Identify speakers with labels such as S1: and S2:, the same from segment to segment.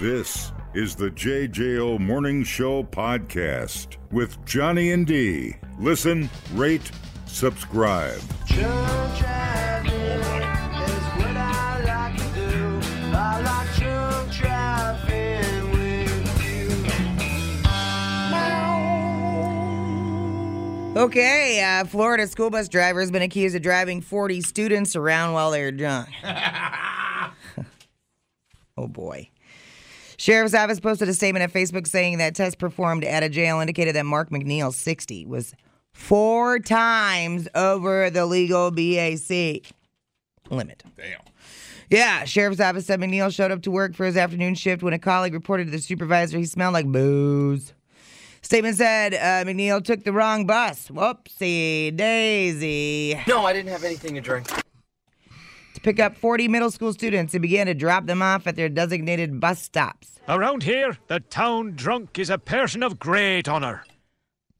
S1: This is the JJO Morning Show podcast with Johnny and D. Listen, rate, subscribe.
S2: Church driving is what I like to do. I like church driving with you.
S3: Okay, uh, Florida school bus driver has been accused of driving 40 students around while they're drunk. oh boy. Sheriff's office posted a statement at Facebook saying that tests performed at a jail indicated that Mark McNeil, 60, was four times over the legal BAC limit.
S4: Damn.
S3: Yeah, sheriff's office said McNeil showed up to work for his afternoon shift when a colleague reported to the supervisor he smelled like booze. Statement said uh, McNeil took the wrong bus. Whoopsie daisy.
S5: No, I didn't have anything to drink.
S3: To pick up 40 middle school students and began to drop them off at their designated bus stops.
S6: Around here, the town drunk is a person of great honor.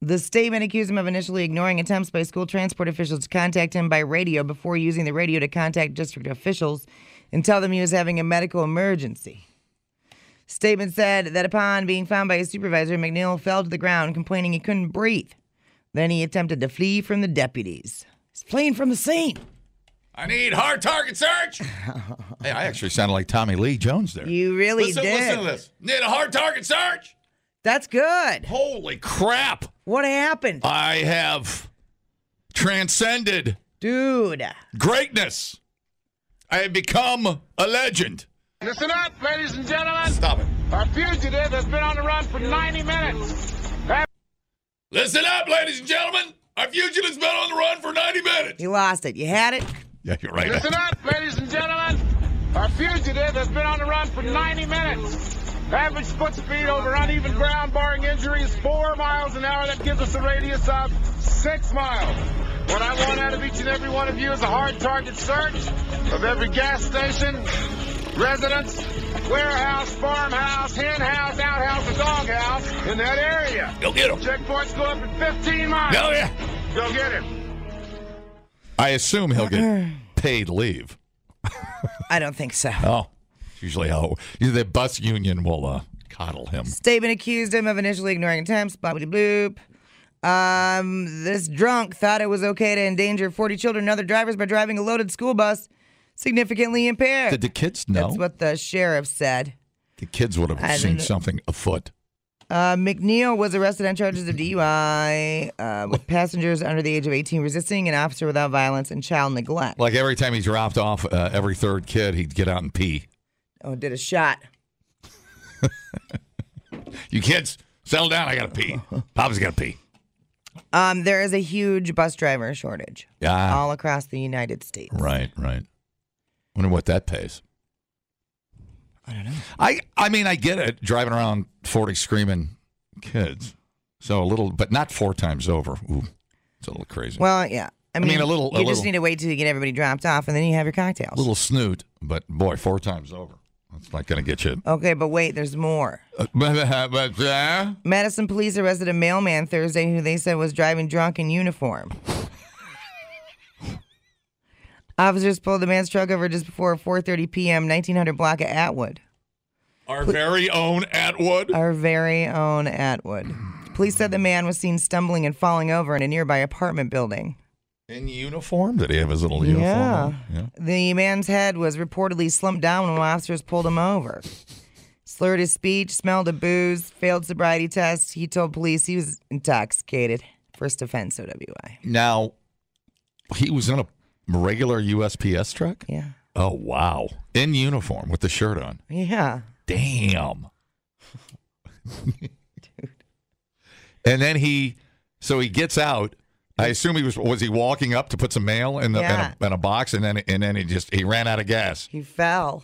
S3: The statement accused him of initially ignoring attempts by school transport officials to contact him by radio before using the radio to contact district officials and tell them he was having a medical emergency. Statement said that upon being found by his supervisor, McNeil fell to the ground, complaining he couldn't breathe. Then he attempted to flee from the deputies. He's fleeing from the scene.
S4: I need hard target search. hey, I actually sounded like Tommy Lee Jones there.
S3: You really
S4: listen,
S3: did.
S4: listen to this. Need a hard target search.
S3: That's good.
S4: Holy crap!
S3: What happened?
S4: I have transcended
S3: Dude.
S4: greatness. I have become a legend.
S7: Listen up, ladies and gentlemen.
S4: Stop it.
S7: A fugitive has been on the run for 90 minutes.
S4: Listen up, ladies and gentlemen. Our fugitive's been on the run for 90 minutes.
S3: You lost it. You had it.
S4: Yeah, you're right.
S7: Listen up, ladies and gentlemen. A fugitive has been on the run for 90 minutes. Average foot speed over uneven ground, barring injuries, four miles an hour. That gives us a radius of six miles. What I want out of each and every one of you is a hard target search of every gas station, residence, warehouse, farmhouse, hen house, outhouse, and doghouse in that area.
S4: Go get him.
S7: Checkpoints go up at 15 miles.
S4: Go yeah.
S7: Go get him.
S4: I assume he'll get paid leave.
S3: I don't think so.
S4: Oh, it's usually how the bus union will uh, coddle him.
S3: Statement accused him of initially ignoring attempts, blah, blah, bloop. Um, this drunk thought it was okay to endanger 40 children and other drivers by driving a loaded school bus significantly impaired.
S4: Did the kids know?
S3: That's what the sheriff said.
S4: the kids would
S3: I
S4: have seen
S3: didn't-
S4: something afoot.
S3: Uh, McNeil was arrested on charges of DUI uh, with passengers under the age of 18 resisting an officer without violence and child neglect.
S4: Like every time he dropped off uh, every third kid, he'd get out and pee.
S3: Oh, did a shot.
S4: You kids, settle down. I got to pee. Papa's got to pee.
S3: Um, there is a huge bus driver shortage
S4: Yeah.
S3: all across the United States.
S4: Ah. Right, right. Wonder what that pays. I don't know. I I mean, I get it. Driving around forty screaming kids, so a little, but not four times over. Ooh, it's a little crazy.
S3: Well, yeah. I
S4: mean,
S3: mean,
S4: a little- a
S3: You just
S4: little.
S3: need to wait till you get everybody dropped off, and then you have your cocktails.
S4: a little snoot, but boy, four times over. That's not going to get you. uh,
S3: Okay, but wait, there's more. Madison police arrested a mailman Thursday who they said was driving drunk in uniform. Officers pulled the man's truck over just before 4:30 p.m. 1900 block of Atwood.
S4: Our very own Atwood.
S3: Our very own Atwood. Police said the man was seen stumbling and falling over in a nearby apartment building.
S4: In uniform? Did he have his little uniform? on? yeah.
S3: The man's head was reportedly slumped down when officers pulled him over. Slurred his speech, smelled of booze, failed sobriety test. He told police he was intoxicated. First offense, OWI.
S4: Now, he was in a regular USPS truck?
S3: Yeah.
S4: Oh, wow. In uniform with the shirt on.
S3: Yeah.
S4: Damn. And then he, so he gets out. I assume he was was he walking up to put some mail in the
S3: Yeah.
S4: in, a, in a box, and then and then he just he ran out of gas.
S3: He fell.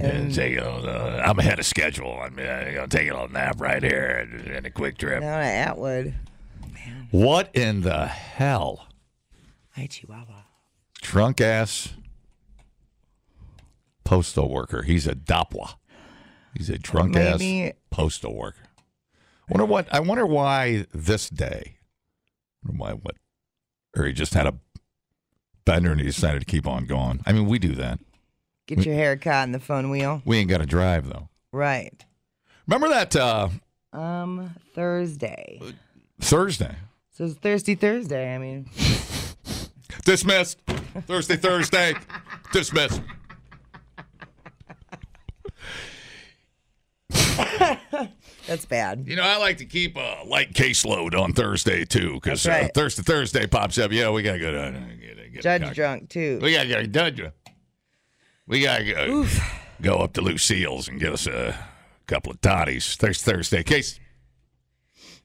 S4: And say, you know, uh, I'm ahead of schedule. I'm uh, gonna take a little nap right here and, and a quick trip.
S3: Down at Atwood.
S4: What in the hell,
S3: Hi, Chihuahua.
S4: drunk ass postal worker? He's a dapwa. He's a drunk ass
S3: Maybe-
S4: postal worker. Wonder what? I wonder why this day. Wonder why what? Or he just had a bender and he decided to keep on going. I mean, we do that.
S3: Get your hair caught in the fun wheel.
S4: We ain't got to drive though.
S3: Right.
S4: Remember that uh,
S3: Um, Thursday.
S4: Thursday?
S3: So it's Thirsty Thursday. I mean,
S4: Dismissed. Thursday, Thursday. Dismissed.
S3: that's bad.
S4: You know, I like to keep a light caseload on Thursday too, because
S3: That's right.
S4: uh, Thursday, Thursday pops up. Yeah, we gotta go to uh, get, get
S3: Judge
S4: cock-
S3: drunk too.
S4: We gotta go to judge. We gotta go, go up to Lucille's and get us a couple of toddies. Thursday, Thursday case.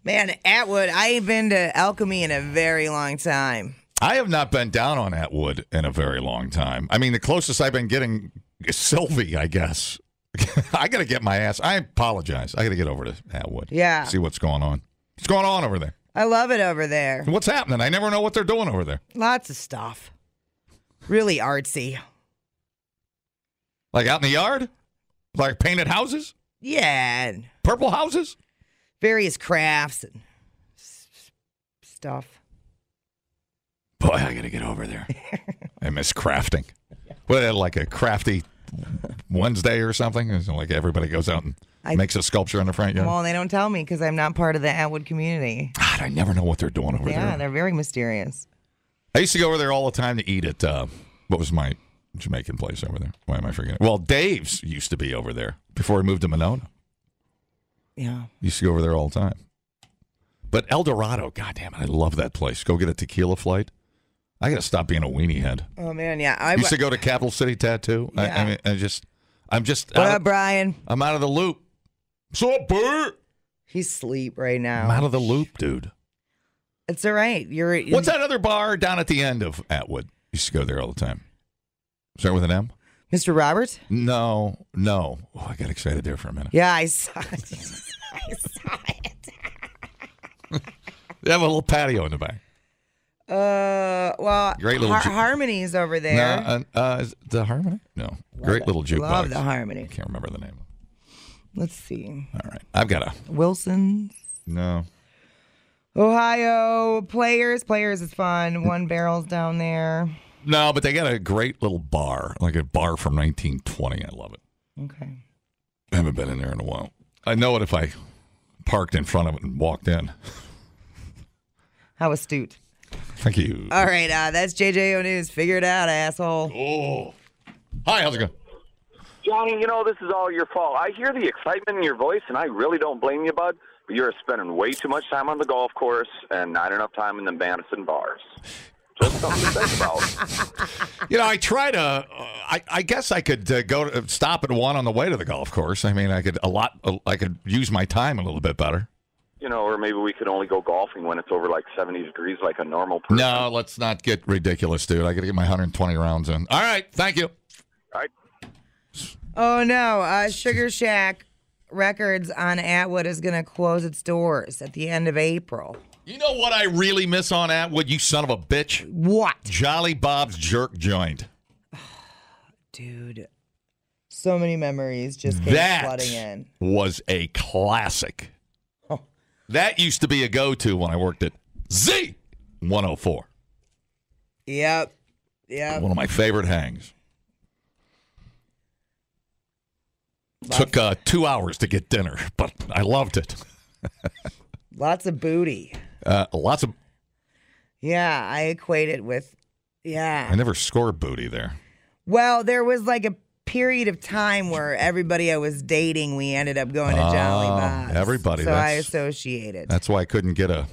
S3: Man, Atwood, I ain't been to Alchemy in a very long time.
S4: I have not been down on Atwood in a very long time. I mean, the closest I've been getting is Sylvie, I guess. I got to get my ass. I apologize. I got to get over to Atwood.
S3: Yeah.
S4: See what's going on. What's going on over there?
S3: I love it over there.
S4: What's happening? I never know what they're doing over there.
S3: Lots of stuff. Really artsy.
S4: Like out in the yard? Like painted houses?
S3: Yeah, and
S4: Purple houses?
S3: various crafts and s- s- stuff.
S4: Boy, I got to get over there. I miss crafting. What, uh, like a crafty Wednesday or something? It's like everybody goes out and
S3: I-
S4: makes a sculpture in the front yard.
S3: Well, they don't tell me because I'm not part of the Atwood community.
S4: God, I never know what they're doing over there.
S3: Yeah, they're very mysterious.
S4: I used to go over there all the time to eat at uh, what was my Jamaican place over there? Why am I forgetting? Well, Dave's used to be over there before he moved to Monona.
S3: Yeah.
S4: Used to go over there all the time. But El Dorado, goddamn it, I love that place. Go get a tequila flight. I got to stop being a weenie head.
S3: Oh man, yeah. I
S4: used to go to Capital City Tattoo. I, I
S3: Yeah.
S4: mean, I just, I'm just,
S3: What
S4: out
S3: up,
S4: of,
S3: Brian?
S4: I'm out of the loop. So up, Bert?
S3: He's sleep right
S4: I'm
S3: now.
S4: out of the loop, dude.
S3: It's all right. You're
S4: What's that other bar down at the end of Atwood? Used to go there all the time. Start with an M.
S3: Mr. Roberts?
S4: No, no. Oh, I got excited there for a minute.
S3: Yeah, I saw it. I saw it.
S4: They have a little patio in the back.
S3: Uh, well,
S4: Great little
S3: Har-
S4: ju-
S3: harmonies over
S4: No,
S3: there.
S4: uh, uh, is it the Harmony? No. Great little jukebox.
S3: Love the
S4: I
S3: harmony.
S4: can't remember the name.
S3: Let's see.
S4: All right. I've got a.
S3: Wilson's.
S4: No.
S3: Ohio players, players is fun. One barrels down there.
S4: No, but they got a great little bar, like a bar from 1920. I love it.
S3: Okay.
S4: I haven't been in there in a while. I know it if I parked in front of it and walked in.
S3: How astute.
S4: Thank you.
S3: All right, uh, that's JJO News. Figure it out, asshole.
S4: oh. Hi, how's it going?
S5: Johnny, you know, this is all your fault. I hear the excitement in your voice, and I really don't blame you, bud, but you're spending way too much time on the golf course and not enough time in the Madison bars. Just something to think about.
S4: You know, I try to. Uh, I, I guess I could uh, go to, stop at one on the way to the golf course. I mean, I could a lot. uh, I could use my time a little bit better.
S5: You know, or maybe we could only go golfing when it's over like 70 degrees like a normal person.
S4: No, let's not get ridiculous, dude. I got to get my 120 rounds in. All right, thank you.
S5: All right?
S3: Oh no, uh, Sugar Shack Records on Atwood is going to close its doors at the end of April.
S4: You know what I really miss on Atwood, you son of a bitch?
S3: What,
S4: Jolly Bob's jerk joint.
S3: dude? So many memories just came
S4: That
S3: flooding in.
S4: was a classic. That used to be a go-to when I worked at Z 104.
S3: Yep, yep.
S4: One of my favorite hangs. Took uh, two hours to get dinner, but I loved it.
S3: Lots of booty.
S4: Uh, lots of.
S3: Yeah, I equate it with. Yeah.
S4: I never scored booty there.
S3: Well, there was like a period of time where everybody I was dating, we ended up going to Jolly
S4: Oh,
S3: Bob's.
S4: everybody,
S3: So I
S4: that's-
S3: associate it.
S4: That's why I couldn't get a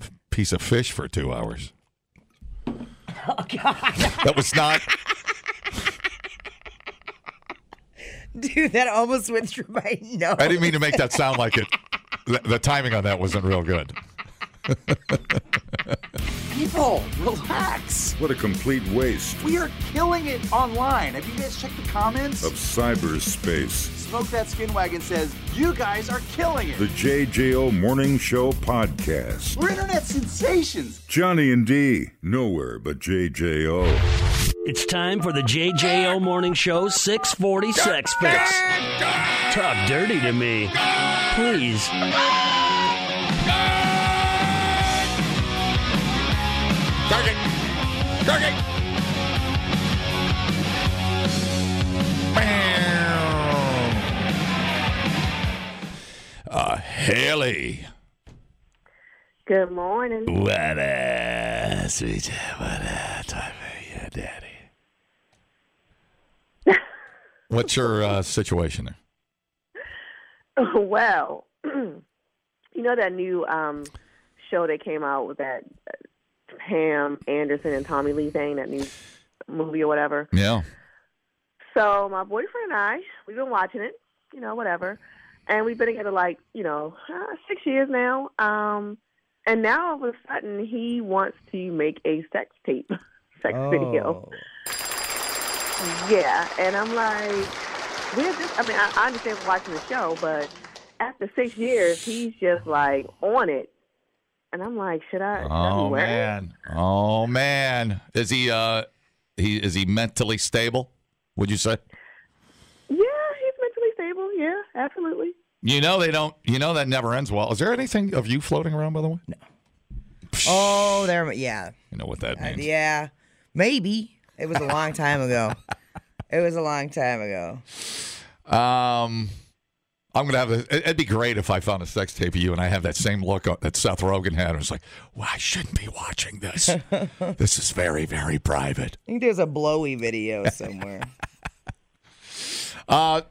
S4: f- piece of fish for two hours. Oh God! that was not.
S3: Dude, that almost went through my nose.
S4: I didn't mean to make that sound like it. The, the timing on that wasn't real good.
S8: People, relax.
S1: What a complete waste
S8: We are killing it online. Have you guys checked the comments?
S1: of cyberspace.
S8: Smoke That Skin Wagon says, You guys are killing
S1: The
S8: it.
S1: JJO Morning Show podcast.
S8: We're internet sensations.
S1: Johnny and D, nowhere but JJO.
S9: It's time for the JJO Morning Show 640 Sex Fix. Talk dirty to me. Please.
S4: Target. Target.
S9: Uh,
S4: Kelly.
S10: Good morning.
S9: What a sweet, what a time for you, Daddy.
S4: What's your uh, situation there?
S10: Well, you know that new um, show that came out with that uh, Pam Anderson and Tommy Lee thing, that new movie or whatever.
S4: Yeah.
S10: So my boyfriend and I, we've been watching it, you know, whatever, and we've been together like you know uh, six years now. Um, and now all of a sudden he wants to make a sex tape, sex
S4: Oh.
S10: video. Yeah, and I'm like, we're just, I mean, I, I understand we're watching the show, but after six years, he's just like on it. And I'm like, should I? should I be
S4: Oh
S10: worried?
S4: man. Oh man. Is he uh he is he mentally stable? Would you say?
S10: Yeah, he's mentally stable. Yeah, absolutely.
S4: You know they don't you know that never ends well. Is there anything of you floating around by the way? No.
S3: Oh, there. Yeah.
S4: You know what that
S3: Uh,
S4: means.
S3: Yeah. Maybe. It was a long time ago. It was a long time ago.
S4: Um I'm gonna have a. it- It'd be great if I found a sex tape of you and I have that same look on- that Seth Rogen had. I was like, "Well, I shouldn't be watching this. this is very, very private."
S3: I think there's a blowy video somewhere.
S4: Uh,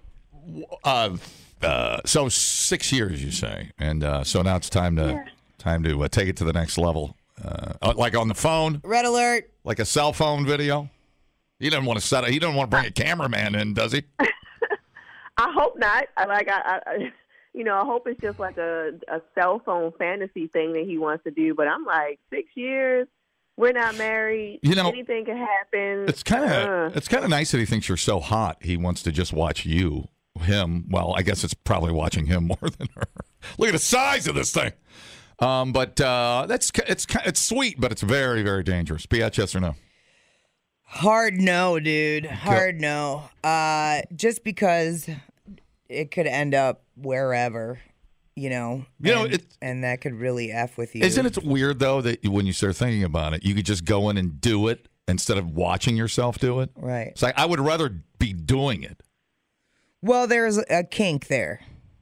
S4: w- uh, uh, so six years, you say, and uh, so now it's time to time to uh, take it to the next level, uh, uh, like on the phone,
S3: Red alert.
S4: like a cell phone video. He doesn't want to set. it- He doesn't want to bring a cameraman in, does he?
S10: I hope not. I Like, I, I- I you know, I hope it's just like a, a cell phone fantasy thing that he wants to do. But I'm like, six years, we're not married.
S4: You know,
S10: anything can happen.
S4: It's kind
S10: Uh,
S4: of it's kind of nice that he thinks you're so hot. He wants to just watch you, him. Well, I guess it's probably watching him more than her. Look at the size of this thing. Um, but uh, that's ki- it's ki- it's sweet, but it's very very dangerous. BS, yes or no?
S3: Hard no, dude. Hard no. Uh, just because it could end up wherever, you know.
S4: You know,
S3: and,
S4: it-
S3: and that could really f with you.
S4: Isn't it weird though that when you start thinking about it, you could just go in and do it instead of watching yourself do it?
S3: Right.
S4: It's like I would rather be doing it.
S3: Well, there's a kink there.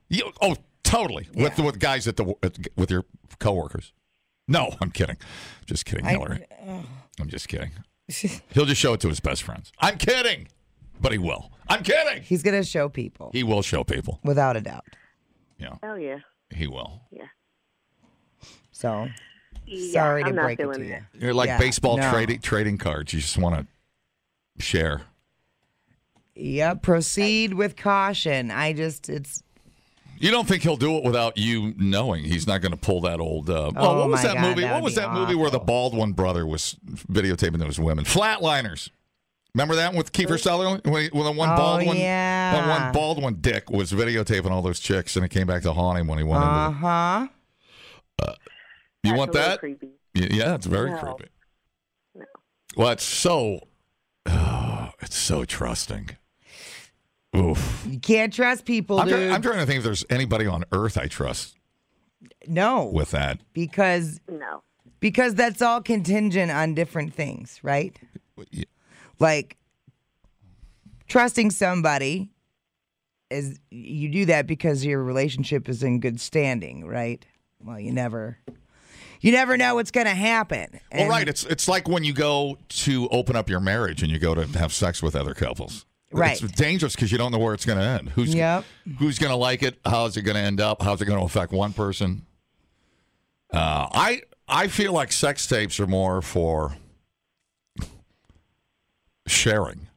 S4: You, oh, totally. With with guys at the at, with your coworkers. No, I'm kidding. Just kidding,
S3: I-
S4: Hillary. I'm just kidding. He'll just show it to his best friends. I'm kidding, but he will. I'm kidding.
S3: He's gonna show people,
S4: He will show people.
S3: without a doubt.
S4: Yeah,
S10: oh, yeah.
S4: he will.
S3: So
S10: Yeah,
S3: sorry
S10: I'm
S3: to
S10: not
S3: break it
S10: feeling
S3: to
S10: that.
S3: you.
S4: You're like
S3: Yeah,
S4: baseball
S3: no.
S4: trading trading cards. You just want to share.
S3: Yep. Proceed with caution. I just it's
S4: You don't think he'll do it without you knowing? He's not going to pull that old. Uh, oh, what was
S3: my
S4: that
S3: God,
S4: movie?
S3: that
S4: what
S3: would
S4: was
S3: be
S4: that movie where the Baldwin brother was videotaping those women? Flatliners. Remember that with Kiefer Sutherland? When, he- when the one
S3: Oh,
S4: Baldwin, that
S3: yeah.
S4: one Baldwin dick was videotaping all those chicks, and it came back to haunt him when he went
S3: uh
S4: into.
S3: huh.
S4: The, you
S10: That's
S4: want
S10: a little
S4: that?
S10: Creepy.
S4: Y- Yeah, it's very
S10: No.
S4: creepy.
S10: No.
S4: Well, it's so, oh, it's so trusting. Oof.
S3: You can't trust people,
S4: I'm,
S3: dude.
S4: try- I'm trying to think if there's anybody on earth I trust
S3: no,
S4: with that.
S3: because
S10: No.
S3: because that's all contingent on different things, right?
S4: yeah.
S3: Like trusting somebody is you do that because your relationship is in good standing, right? Well, you never you never know what's going to happen.
S4: Well,
S3: And-
S4: right. It's it's like when you go to open up your marriage and you go to have sex with other couples.
S3: Right.
S4: It's dangerous because you don't know where it's going to end. Who's
S3: Yep.
S4: who's going to like it? How's it going to end up? How's it going to affect one person? Uh, I I feel like sex tapes are more for sharing.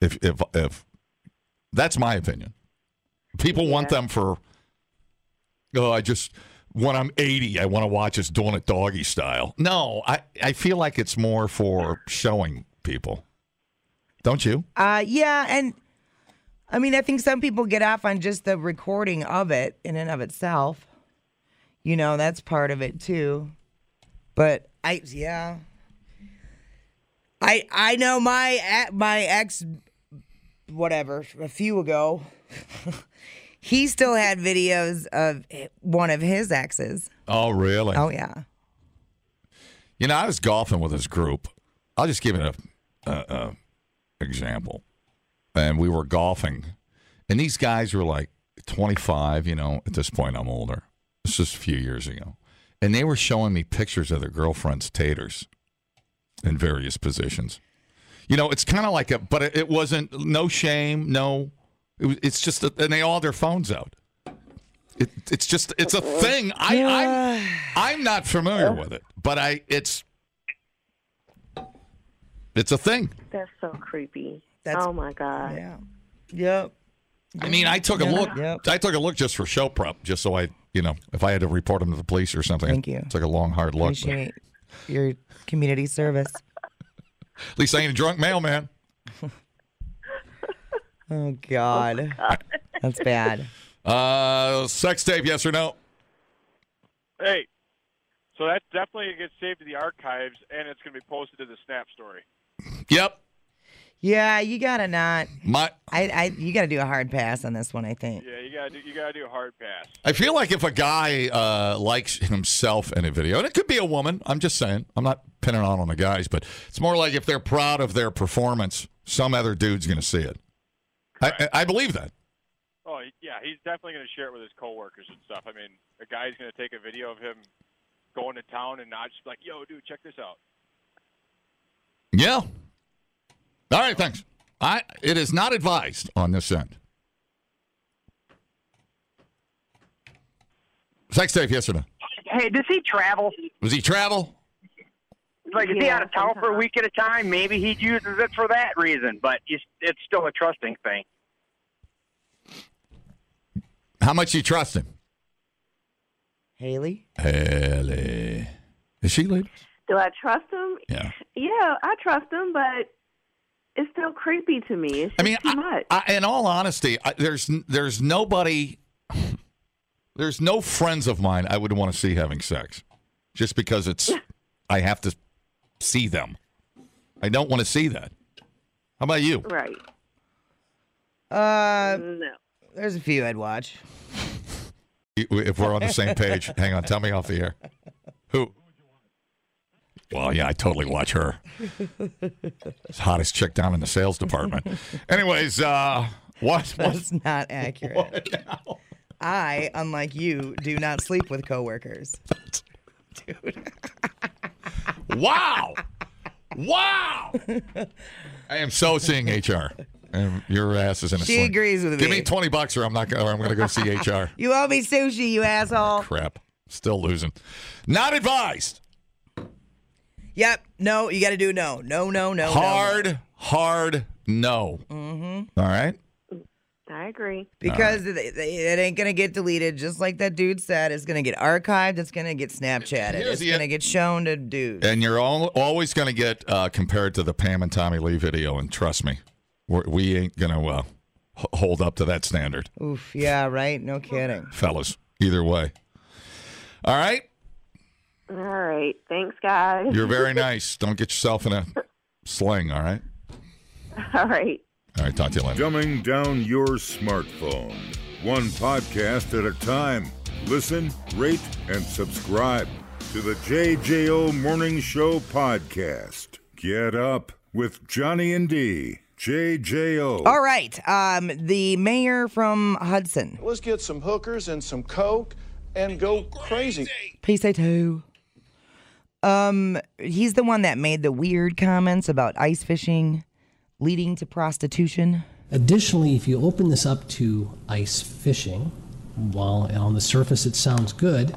S4: If if if that's my opinion. People want them for. Oh, I just when I'm 80, I want to watch us doing it doggy style. No, I I feel like it's more for showing people. Don't you?
S3: Uh, yeah, and I mean, I think some people get off on just the recording of it in and of itself. You know, that's part of it too. But I, yeah, I I know my e- my ex, whatever, a few ago, he still had videos of one of his exes.
S4: Oh, really?
S3: Oh yeah,
S4: You know, I was golfing with this group. I'll just give it a, a, a example. And we were golfing, and these guys were like 25, you know, at this point I'm older. This is a few years ago. And they were showing me pictures of their girlfriend's taters in various positions. You know, it's kind of like a, but it, it wasn't, no shame, no, it was, it's just, a, and they all had their phones out. It, it's just, it's a thing. I, I'm, I'm not familiar with it, but I, it's, it's a thing.
S10: That's so creepy. oh my god.
S3: Yeah. Yep.
S4: I mean, I took a
S10: Yeah.
S4: look. I took a look just for show prep, just so I, you know, if I had to report them to the police or something. Thank you. Took a long, hard look. but
S3: Appreciate your community service.
S4: At least I ain't a drunk mailman.
S3: Oh God. That's bad.
S4: Uh, sex tape, yes or no?
S11: Hey, so that's definitely gonna get saved to the archives, and it's going to be posted to the Snap story.
S4: Yep.
S3: Yeah, you gotta not.
S4: My,
S3: I, I, you gotta do a hard pass on this one. I think.
S11: Yeah, you gotta do, you gotta do a hard pass.
S4: I feel like if a guy uh, likes himself in a video, and it could be a woman, I'm just saying, I'm not pinning on on the guys, but it's more like if they're proud of their performance, some other dude's going to see it. I, I I believe that.
S11: Oh yeah, he's definitely going to share it with his coworkers and stuff. I mean, a guy's going to take a video of him going to town and not just be like, "Yo, dude, check this out."
S4: Yeah. All right, thanks. I it is not advised on this end. Sex tape, yes or no?
S12: Hey, does he travel?
S4: Was he travel?
S12: Like, is he
S13: Yeah,
S12: out of town for a week at a time? Maybe he uses it for that reason, but it's, it's still a trusting thing.
S4: How much you trust him?
S3: Haley?
S4: Haley. Is she late?
S10: Do I trust him?
S4: Yeah.
S10: Yeah, I trust him, but it's still creepy to me. It's just too much.
S4: I, in all honesty, I, there's n- there's nobody, there's no friends of mine I would want to see having sex, just because it's I have to see them. I don't want to see that. How about you?
S10: Right.
S3: Uh,
S10: no.
S3: There's a few I'd watch.
S4: If we're on the same page, hang on. Tell me off the air. Who? Well, yeah, I totally watch her. It's hottest chick down in the sales department. Anyways, uh, what?
S3: That's not accurate. I, unlike you, do not sleep with coworkers.
S4: Wow. Wow. I am so seeing HR. And your ass is in a
S3: She
S4: sling.
S3: agrees with
S4: Give
S3: me.
S4: me twenty bucks, or I'm not. Gonna, or I'm going to go see HR.
S3: You owe me sushi, you asshole.
S4: Crap. Still losing. Not advised.
S3: Yep. No, you got to do no. No, no, Oh, no.
S4: hard, hard no.
S3: Mm-hmm.
S4: All right.
S10: I agree.
S3: Because they, they, it ain't going to get deleted, just like that dude said. It's going to get archived. It's going to get Snapchatted.
S4: Here's
S3: It's
S4: the-
S3: going to get shown to dudes.
S4: And you're all, always going to get uh, compared to the Pam and Tommy Lee video, and trust me, we're, we ain't going to uh, h- hold up to that standard,
S3: Oof. Yeah, right? No kidding.
S4: fellas. Either way. All right.
S10: All right. Thanks, guys.
S4: You're very nice. Don't get yourself in a sling. All right.
S10: All right.
S4: All right. Talk to you later.
S1: Dumbing down your smartphone. One podcast at a time. Listen, rate, and subscribe to the JJO Morning Show podcast. Get up with Johnny and D. JJO.
S3: All right. Um, the mayor from Hudson.
S14: Let's get some hookers and some coke and go crazy.
S3: PSA2. Um, he's the one that made the weird comments about ice fishing leading to prostitution.
S15: Additionally, if you open this up to ice fishing, while on the surface it sounds good,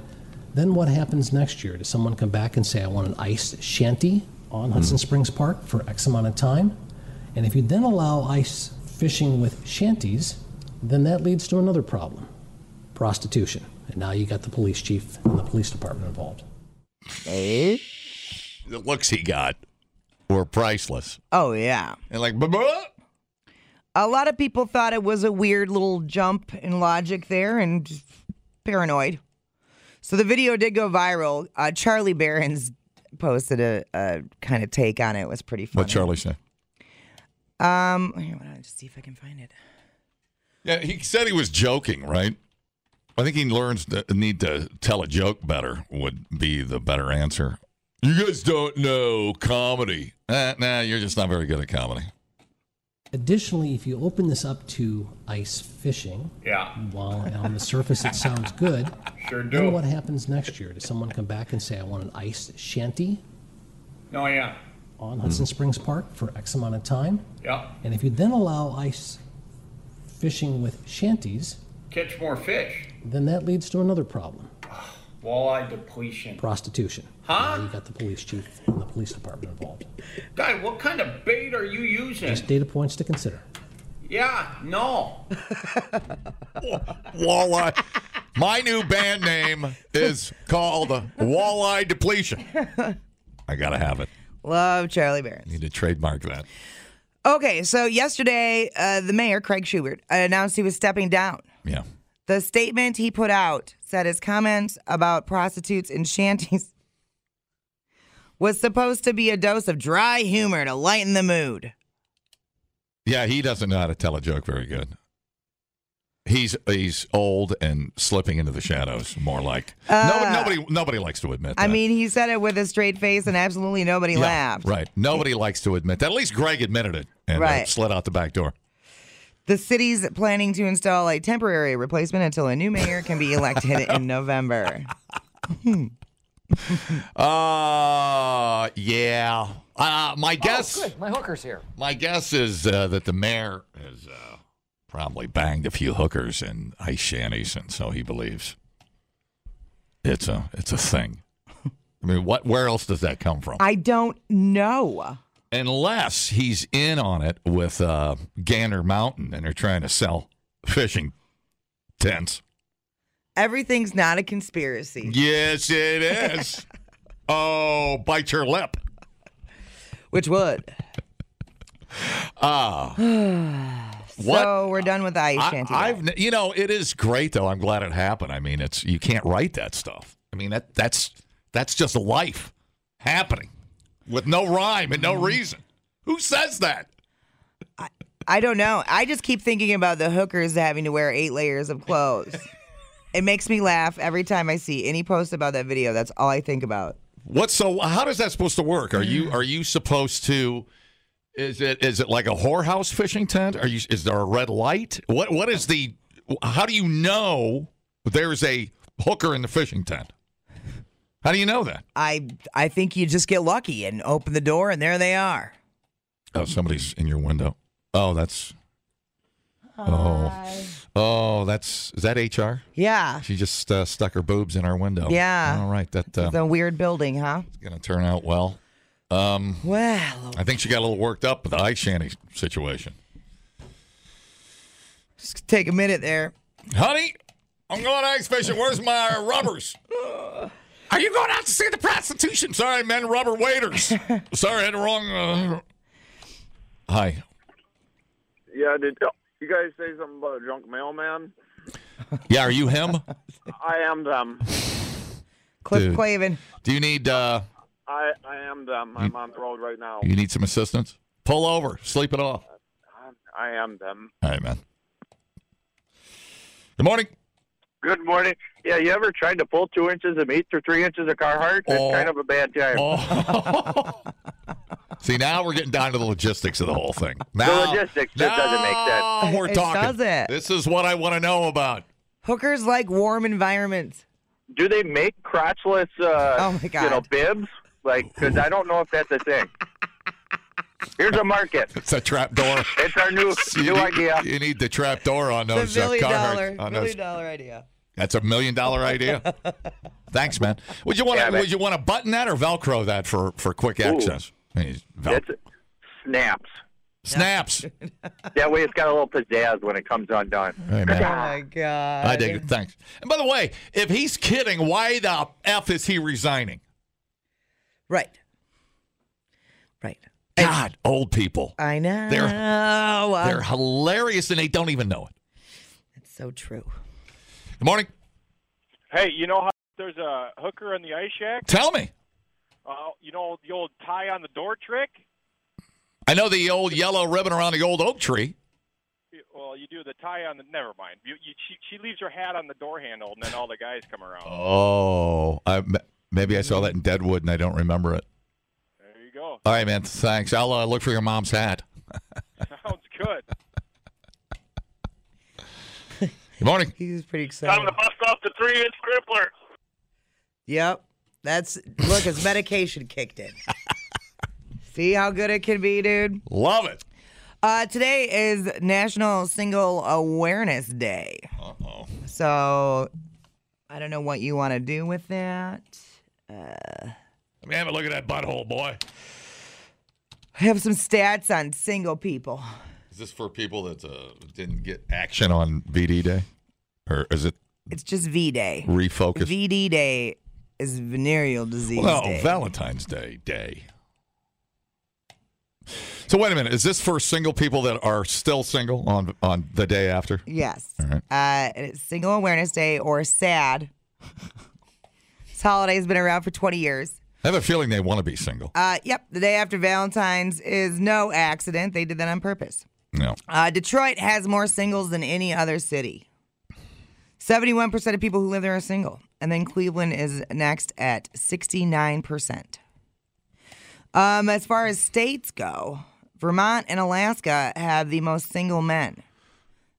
S15: then what happens next year? Does someone come back and say, I want an ice shanty on Hudson Springs Park for X amount of time? And if you then allow ice fishing with shanties, then that leads to another problem prostitution. And now you got the police chief and the police department involved.
S4: The looks he got were priceless.
S3: Oh, yeah.
S4: And like, "Buh, buh."
S3: A lot of people thought it was a weird little jump in logic there and just paranoid. So the video did go viral. Uh, Charlie Barron's posted a, a kind of take on it. It was pretty funny.
S4: what Charlie said.
S3: Um, here, why don't I just see if I can find it.
S4: Yeah, he said he was joking, right? I think he learns to need to tell a joke better would be the better answer. You guys don't know comedy. Eh, nah, you're just not very good at comedy.
S15: Additionally, if you open this up to ice fishing,
S13: Yeah.
S15: while on the surface it sounds good,
S13: Sure do.
S15: then what happens next year? Does someone come back and say, I want an ice shanty
S13: Oh yeah.
S15: on Hudson Springs Park for X amount of time?
S13: Yeah.
S15: And if you then allow ice fishing with shanties,
S13: Catch more fish.
S15: then that leads to another problem
S13: Walleye depletion.
S15: prostitution.
S13: Huh?
S15: Now you got the police chief and the police department involved.
S13: God, what kind of bait are you using?
S15: Just data points to consider.
S13: Yeah, no.
S4: Walleye. My new band name is called uh, Walleye Depletion. I gotta have it.
S3: Love Charlie Barron.
S4: Need to trademark that.
S3: Okay, so yesterday, uh, the mayor, Craig Schubert, announced he was stepping down.
S4: Yeah.
S3: The statement he put out said his comments about prostitutes and shanties was supposed to be a dose of dry humor to lighten the mood.
S4: Yeah, he doesn't know how to tell a joke very good. He's he's old and slipping into the shadows, more like.
S3: Uh,
S4: no, nobody nobody likes to admit that.
S3: I mean, he said it with a straight face, and absolutely nobody
S4: Yeah,
S3: laughed.
S4: Right. Nobody likes to admit that. At least Greg admitted it and uh,
S3: Right.
S4: slid out the back door.
S3: The city's planning to install a temporary replacement until a new mayor can be elected in November.
S4: Uh yeah. Uh, my guess
S16: Oh, good. My hooker's here.
S4: my guess is uh, that the mayor has uh, probably banged a few hookers and ice shanties, and so he believes it's a it's a thing. I mean, what where else does that come from?
S3: I don't know.
S4: Unless he's in on it with uh, Gander Mountain and they're trying to sell fishing tents.
S3: Everything's not a conspiracy.
S4: Yes, it is. oh, bite your lip.
S3: Which would?
S4: Ah.
S3: So we're done with the ice
S4: I,
S3: shanty.
S4: I've n- you know it is great though. I'm glad it happened. I mean, it's you can't write that stuff. I mean that that's that's just life happening with no rhyme and no reason. Who says that?
S3: I don't know. I just keep thinking about the hookers having to wear eight layers of clothes. it makes me laugh every time I see any post about that video. That's all I think about.
S4: What so? How does that supposed to work? Are you are you supposed to? Is it is it like a whorehouse fishing tent? Are you is there a red light? What what is the? How do you know there's a hooker in the fishing tent? How do you know that?
S3: I I think you just get lucky and open the door and there they are.
S4: Oh, somebody's in your window. Oh, that's. Oh, oh, that's is that HR?
S3: Yeah.
S4: She just uh, stuck her boobs in our window.
S3: Yeah.
S4: All right, that uh,
S3: It's a weird building, huh?
S4: gonna turn out well. Um,
S3: well,
S4: I think she got a little worked up with the ice shanty situation.
S3: Just take a minute there.
S4: Honey, I'm going ice fishing. Where's my rubbers? Are you going out to see the prostitution? Sorry, men, rubber waiters. Sorry, I had the wrong. Uh... Hi.
S17: Yeah, did you guys say something about a drunk mailman?
S4: Yeah, are you him?
S17: I am them.
S3: Cliff
S4: Dude.
S3: Clavin.
S4: Do you need uh,
S17: I I am them. I'm on the road right now.
S4: you need some assistance? Pull over. Sleep it off.
S17: I am them.
S4: All right, man. Good morning.
S12: Good morning. Yeah, you ever tried to pull two inches of meat through three inches of Carhartt? That's
S4: Oh.
S12: kind of a bad time.
S4: See, now we're getting down to the logistics of the whole thing. Now,
S12: the logistics
S4: now
S12: just doesn't make sense.
S4: we're
S3: It
S4: talking.
S3: doesn't.
S4: This is what I want to know about.
S3: Hookers like warm environments.
S12: Do they make crotchless, uh,
S3: Oh, my God.
S12: you know, bibs? Like, because I don't know if that's a thing. Here's a market.
S4: It's a trap door.
S12: It's our new new
S4: need,
S12: idea.
S4: You need the trap door on those
S3: the million
S4: uh, Carhartt-
S3: dollar,
S4: on those-
S3: million dollar idea.
S4: That's a million dollar idea. Thanks, man. Would you want to
S12: Yeah, man.
S4: would you want to button that or Velcro that for for quick access? I mean, Vel-
S12: That's snaps.
S4: Snaps.
S12: that way, it's got a little pizzazz when it comes undone.
S4: Hey,
S3: Oh
S4: man.
S3: my god.
S4: I dig it. Thanks. And by the way, if he's kidding, why the f is he resigning?
S3: Right. Right.
S4: God, old people.
S3: I know.
S4: They're-
S3: Uh,
S4: They're hilarious and they don't even know it.
S3: That's so true.
S4: Good morning.
S11: Hey, you know how there's a hooker in the ice shack?
S4: Tell me.
S11: Uh, you know the old tie on the door trick?
S4: I know the old yellow ribbon around the old oak tree.
S11: Well, you do the tie on the. Never mind. You, you, she, she leaves her hat on the door handle, and then all the guys come around.
S4: Oh, I, maybe I saw that in Deadwood and I don't remember it.
S11: There you go.
S4: All right, man. Thanks. I'll uh, look for your mom's hat.
S11: Sounds good.
S4: Good morning.
S3: He was pretty excited.
S16: bust off the three inch crippler.
S3: Yep. That's look, his medication kicked in. See how good it can be, dude.
S4: Love it.
S3: Uh, today is National Single Awareness Day.
S4: Uh oh.
S3: So I don't know what you want to do with that. Uh,
S4: Let me have a look at that butthole, boy.
S3: I have some stats on single people.
S4: Is this for people that uh, didn't get action on VD Day, or is it
S3: It's just V Day.
S4: refocused?
S3: VD Day is venereal disease
S4: well,
S3: day.
S4: Valentine's Day day. So wait a minute. Is this for single people that are still single on on the day after?
S3: Yes.
S4: All right.
S3: Uh, and it's Single Awareness Day or SAD. this holiday has been around for 20 years.
S4: I have a feeling they want to be single.
S3: Uh, yep, the day after Valentine's is no accident. They did that on purpose.
S4: No.
S3: Uh, Detroit has more singles than any other city. 71% of people who live there are single. And then Cleveland is next at 69%. Um, as far as states go, Vermont and Alaska have the most single men.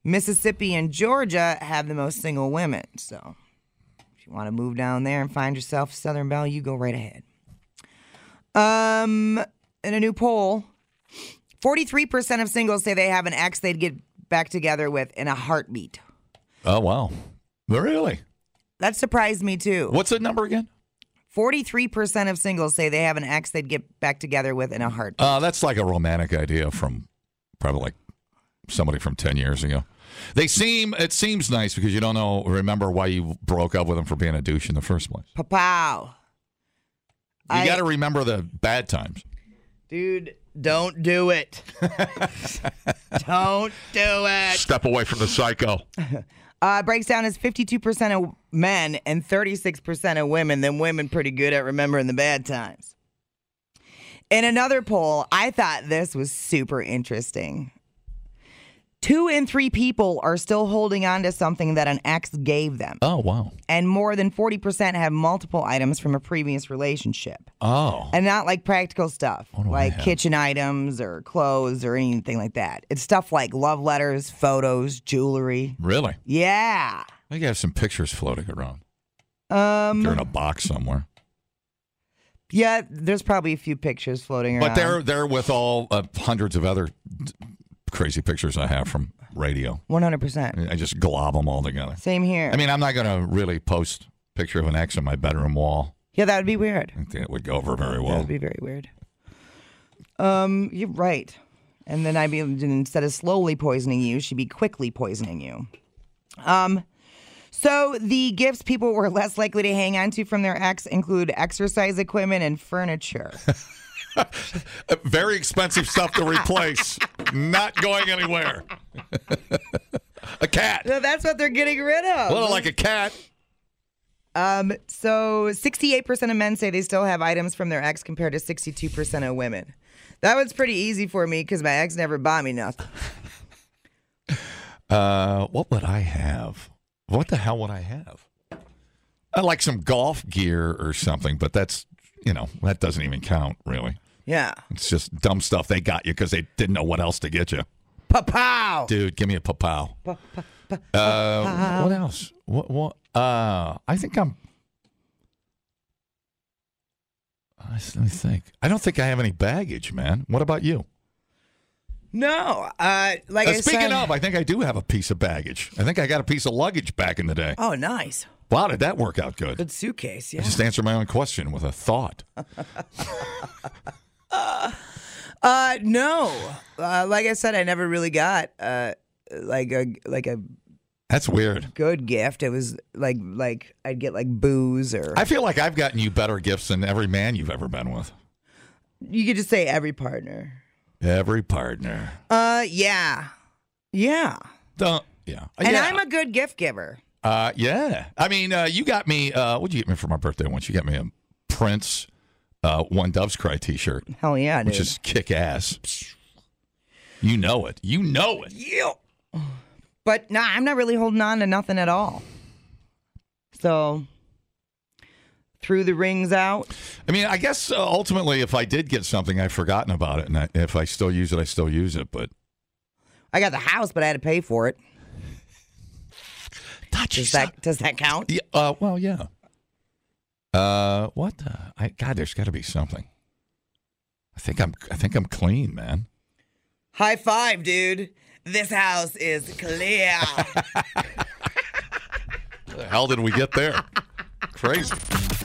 S3: Mississippi and Georgia have the most single women. So if you want to move down there and find yourself a Southern Belle, you go right ahead. Um, in a new poll, 43% of singles say they have an ex they'd get back together with in a heartbeat.
S4: Oh wow. Really?
S3: That surprised me too.
S4: What's that number again?
S3: 43% of singles say they have an ex they'd get back together with in a heartbeat.
S4: Uh, that's like a romantic idea from probably like somebody from ten years ago. They seem it seems nice because you don't know remember why you broke up with them for being a douche in the first place.
S3: Papow.
S4: You got to remember the bad times.
S3: Dude, don't do it. don't do it.
S4: Step away from the psycho.
S3: Uh, breaks down as 52% of men and 36% of women. Then women pretty good at remembering the bad times. In another poll, I thought this was super interesting. Two in three people are still holding on to something that an ex gave them.
S4: Oh wow.
S3: And more than 40% have multiple items from a previous relationship.
S4: Oh.
S3: And not like practical stuff, like
S4: have?
S3: kitchen items or clothes or anything like that. It's stuff like love letters, photos, jewelry.
S4: Really?
S3: Yeah.
S4: I think I have some pictures floating around. They're in
S3: Um.
S4: a box somewhere.
S3: Yeah, there's probably a few pictures floating around.
S4: But they're they're with all uh, hundreds of other d- crazy pictures I have from radio.
S3: 100%.
S4: I just glob them all together.
S3: Same here.
S4: Mm. I mean, I'm not going to really post a picture of an ex on my bedroom wall.
S3: yeah, that would be weird.
S4: I think It would go over very
S3: That
S4: well.
S3: would be very weird. Um, you're right. And then I'd be instead of slowly poisoning you, she'd be quickly poisoning you. Um, so the gifts people were less likely to hang on to from their ex include exercise equipment and furniture.
S4: Uh, Very expensive stuff to replace. not going anywhere. a cat.
S3: so that's what they're getting rid of.
S4: Well, like a cat.
S3: Um, so 68% of men say they still have items from their ex compared to 62% of women. That was pretty easy for me because my ex never bought me nothing.
S4: Uh, what would I have? What the hell would I have? I like some golf gear or something, but that's you know that doesn't even count really.
S3: Yeah.
S4: It's just dumb stuff they got you because they didn't know what else to get you.
S3: Papow.
S4: Dude, give me a papow. Uh, what else? What? What? Uh, I think I'm. I s- Let me think. I don't think I have any baggage, man. What about you?
S3: No. Uh, like
S4: Uh,
S3: I
S4: speaking
S3: said,
S4: of, I think I do have a piece of baggage. I think I got a piece of luggage back in the day.
S3: Oh, nice.
S4: Wow, did that work out good?
S3: Good suitcase. Yeah.
S4: I just answer my own question with a thought.
S3: Uh, no. Uh, like I said, I never really got uh like a like a
S4: That's weird.
S3: good gift. It was like like I'd get like booze or
S4: I feel like I've gotten you better gifts than every man you've ever been with.
S3: you could just say every partner.
S4: Every partner.
S3: Uh, yeah, yeah.
S4: Don't. Yeah.
S3: And
S4: Uh, yeah.
S3: I'm a good gift giver.
S4: Uh, yeah. I mean, uh, you got me. Uh, what'd you get me for my birthday once? You got me a Prince uh, One Doves Cry t shirt,
S3: Hell yeah, dude.
S4: which is kick ass. You know it. You know it.
S3: Yeah. But nah, I'm not really holding on to nothing at all. So threw the rings out.
S4: I mean, I guess uh, ultimately, if I did get something, I've forgotten about it. And I, if I still use it, I still use it. But
S3: I got the house, but I had to pay for it. does that does that count?
S4: Yeah, uh, well, yeah. Uh, what? The, I God, there's got to be something. I think I'm. I think I'm clean, man.
S3: High five, dude. This house is clear.
S4: The hell did we get there? Crazy.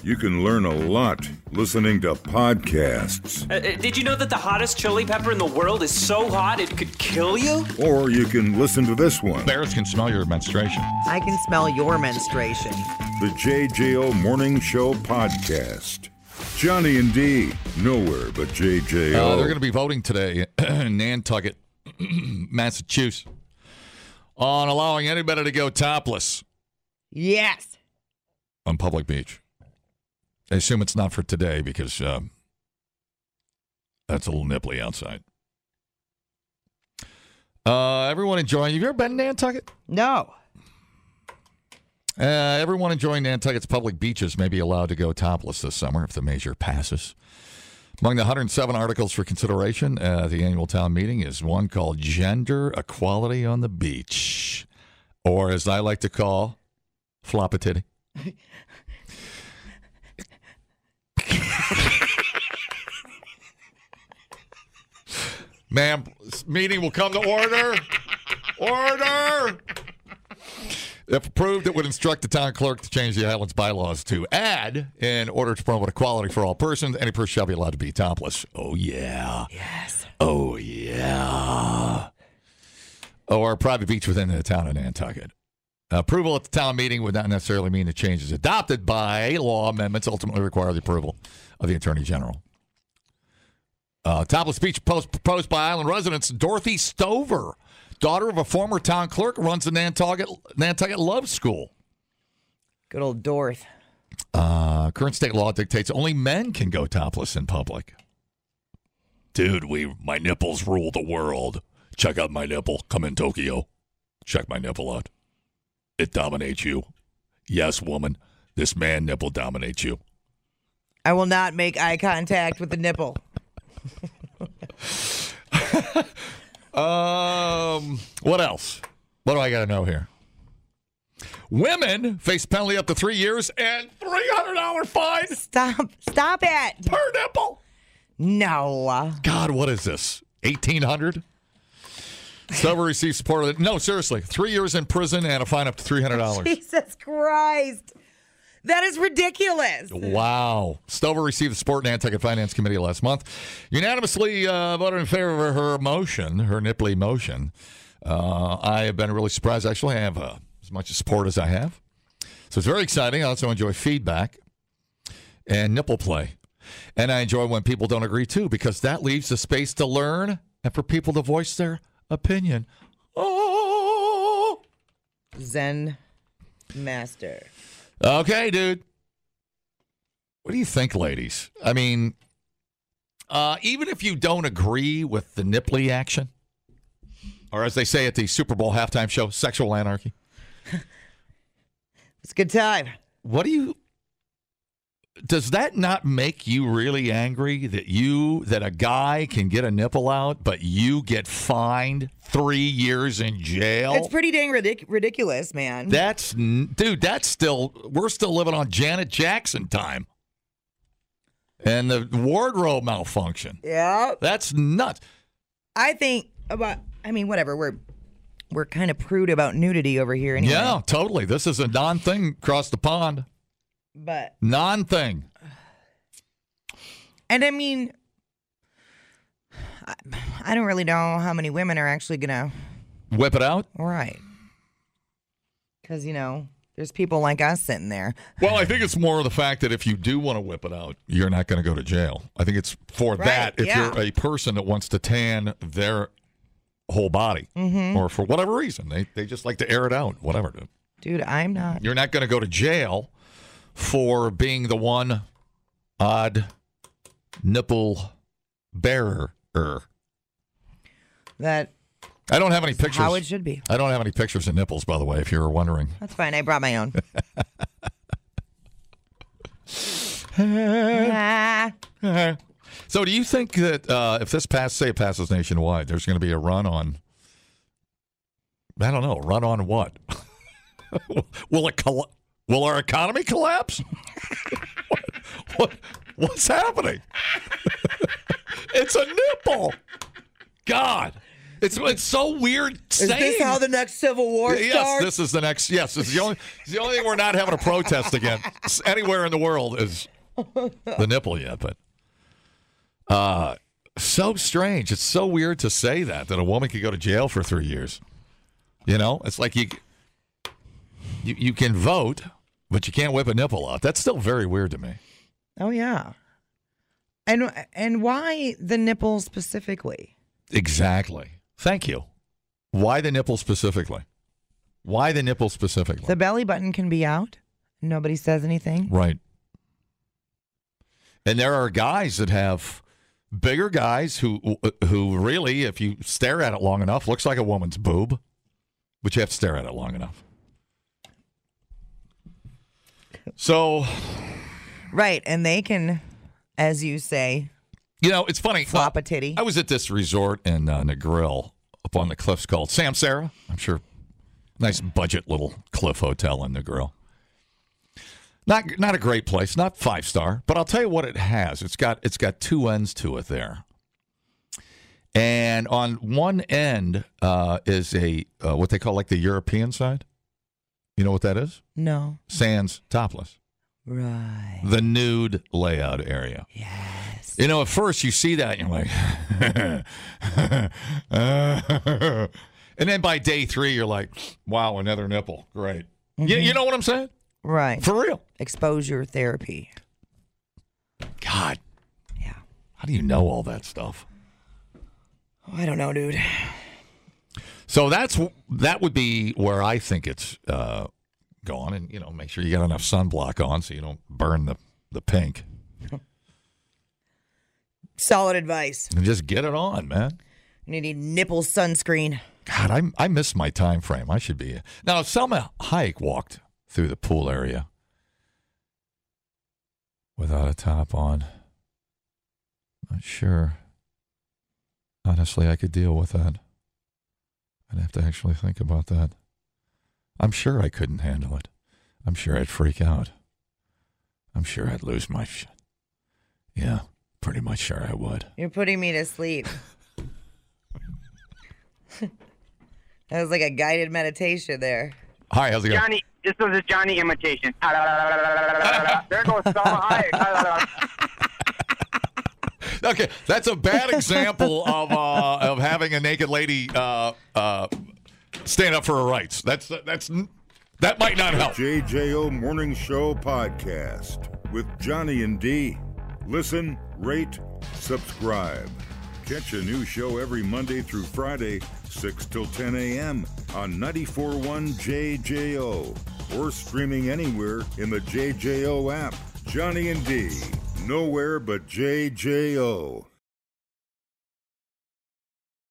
S1: You can learn a lot listening to podcasts,
S18: Uh, uh, did you know that the hottest chili pepper in the world is so hot it could kill you?
S1: or you can listen to this one.
S4: Bears can smell your menstruation.
S3: I can smell your menstruation.
S1: The JJO Morning Show podcast. Johnny and Dee, nowhere but JJO.
S4: Uh, they're going to be voting today in Nantucket, Massachusetts, on allowing anybody to go topless
S3: Yes.
S4: on public beach. I assume it's not for today because um, that's a little nipply outside. Uh, everyone enjoying. Have you ever been to Nantucket?
S3: No.
S4: Uh, everyone enjoying Nantucket's public beaches may be allowed to go topless this summer if the measure passes. Among the 107 articles for consideration at the annual town meeting is one called Gender Equality on the Beach, or as I like to call, Floppatitty. Ma'am, this meeting will come to order. Order! If approved, it would instruct the town clerk to change the island's bylaws to add, in order to promote equality for all persons, any person shall be allowed to be topless. Oh, yeah. Yes. Oh, yeah. Or a private beach within the town of Nantucket. Approval at the town meeting would not necessarily mean the changes adopted by law amendments ultimately require the approval of the Attorney General. Uh, topless beach post proposed by island residents Dorothy Stover, daughter of a former town clerk, runs the Nantucket, Nantucket Love School.
S3: Good old Dorth.
S4: Uh, current state law dictates only men can go topless in public. Dude, we my nipples rule the world. Check out my nipple. Come in Tokyo. Check my nipple out. It dominates you. Yes, woman. This man nipple dominates you.
S3: I will not make eye contact with the nipple.
S4: Um, what else? What do I got to know here? Women face penalty up to three years and three hundred dollar fine.
S3: Stop! Stop it!
S4: Per nipple.
S3: No.
S4: God, what is this? Eighteen hundred. Stover receives support of the, no, seriously, three years in prison and a fine up to three hundred dollars.
S3: Jesus Christ. That is ridiculous.
S4: Wow. Stover received the support in Nantucket Finance Committee last month. Unanimously uh, voted in favor of her motion, her nipply motion. Uh, I have been really surprised. Actually, I have uh, as much support as I have. So it's very exciting. I also enjoy feedback and nipple play. And I enjoy when people don't agree too, because that leaves the space to learn and for people to voice their opinion. Oh.
S3: Zen master.
S4: Okay, dude. What do you think, ladies? I mean, uh, even if you don't agree with the Nipley action, or as they say at the Super Bowl halftime show, sexual anarchy.
S3: It's a good time.
S4: What do you? Does that not make you really angry that you that a guy can get a nipple out, but you get fined three years in jail?
S3: It's pretty dang ridic- ridiculous, man.
S4: That's n- dude. That's still we're still living on Janet Jackson time, and the wardrobe malfunction.
S3: yeah.
S4: That's nuts.
S3: I think about I mean whatever, we're we're kind of prude about nudity over here anyway.
S4: Yeah, totally. This is a non thing across the pond.
S3: But
S4: Non thing.
S3: and I mean I, I don't really know how many women are actually going to
S4: Whip it out.
S3: right. Cuz you know, there's people like us sitting there.
S4: Well, I think it's more of the fact that if you do want to whip it out, you're not going to go to jail. I think it's for
S3: Right,
S4: that. If
S3: yeah.
S4: you're a person that wants to tan their whole body,
S3: Mhm.
S4: or for whatever reason, they they just like to air it out. Whatever, dude.
S3: Dude, I'm not.
S4: You're not going to go to jail for being the one odd nipple bearer.
S3: That
S4: I don't have any pictures.
S3: how it should be.
S4: I don't have any pictures of nipples, by the way, if you were wondering.
S3: That's fine. I brought my own. Ah.
S4: Uh-huh. so, do you think that uh, if this pass, say, it passes nationwide, there's going to be a run on? I don't know, run on what? will it coll- will our economy collapse? what, what what's happening? it's a nipple. God, it's it's so weird.
S3: Is this
S4: saying-
S3: how the next Civil War
S4: yes,
S3: starts?
S4: this is the next. Yes, it's the only it's the only thing we're not having a protest against anywhere in the world is the nipple yet. But uh, so strange. It's so weird to say that that a woman could go to jail for three years. You know, it's like you you, you can vote, but you can't whip a nipple out. That's still very weird to me.
S3: Oh yeah. And and why the nipple specifically?
S4: Exactly. Thank you. Why the nipple specifically? Why the nipple specifically?
S3: The belly button can be out. Nobody says anything.
S4: Right. And there are guys that have bigger guys who who really, if you stare at it long enough, looks like a woman's boob, but you have to stare at it long enough. So,
S3: Right, and they can, as you say,
S4: you know, it's funny.
S3: flop a titty.
S4: I was at this resort in uh, Negril up on the cliffs called Sam Sarah. I'm sure nice budget little cliff hotel in Negril. Not not a great place, not five star, but I'll tell you what it has. It's got it's got two ends to it there. And on one end uh, is a uh, what they call like the European side. You know what that is?
S3: No.
S4: Sands topless
S3: Right.
S4: the nude layout area. Yes. You know, at first you see that and you're like, and then by day three you're like, wow, another nipple, great. You, you know what I'm saying?
S3: Right.
S4: For real.
S3: Exposure therapy.
S4: God. How do you know all that stuff?
S3: Oh, I don't know, dude.
S4: So that's that would be where I think it's uh, gone, and you know, make sure you got enough sunblock on so you don't burn the the pink,
S3: Solid advice.
S4: and just get it on, man.
S3: You need nipple sunscreen.
S4: God, I I missed my time frame. I should be now. If Selma Hayek walked through the pool area without a top on, not sure. Honestly, I could deal with that. I'd have to actually think about that. I'm sure I couldn't handle it. I'm sure I'd freak out. I'm sure I'd lose my shit. Yeah, pretty much sure I would.
S3: You're putting me to sleep. that was like a guided meditation there.
S4: Hi, how's it going?
S12: Johnny, this was a Johnny imitation. there goes Selma Hayek.
S4: Okay, that's a bad example of uh, of having a naked lady uh, uh, stand up for her rights. That's that's that might not help.
S1: The JJO Morning Show podcast with Johnny and D. Listen, rate, subscribe. Catch a new show every Monday through Friday, 6 till 10 a.m. on 94.1 JJO or streaming anywhere in the JJO app. Johnny and D. Nowhere but JJO.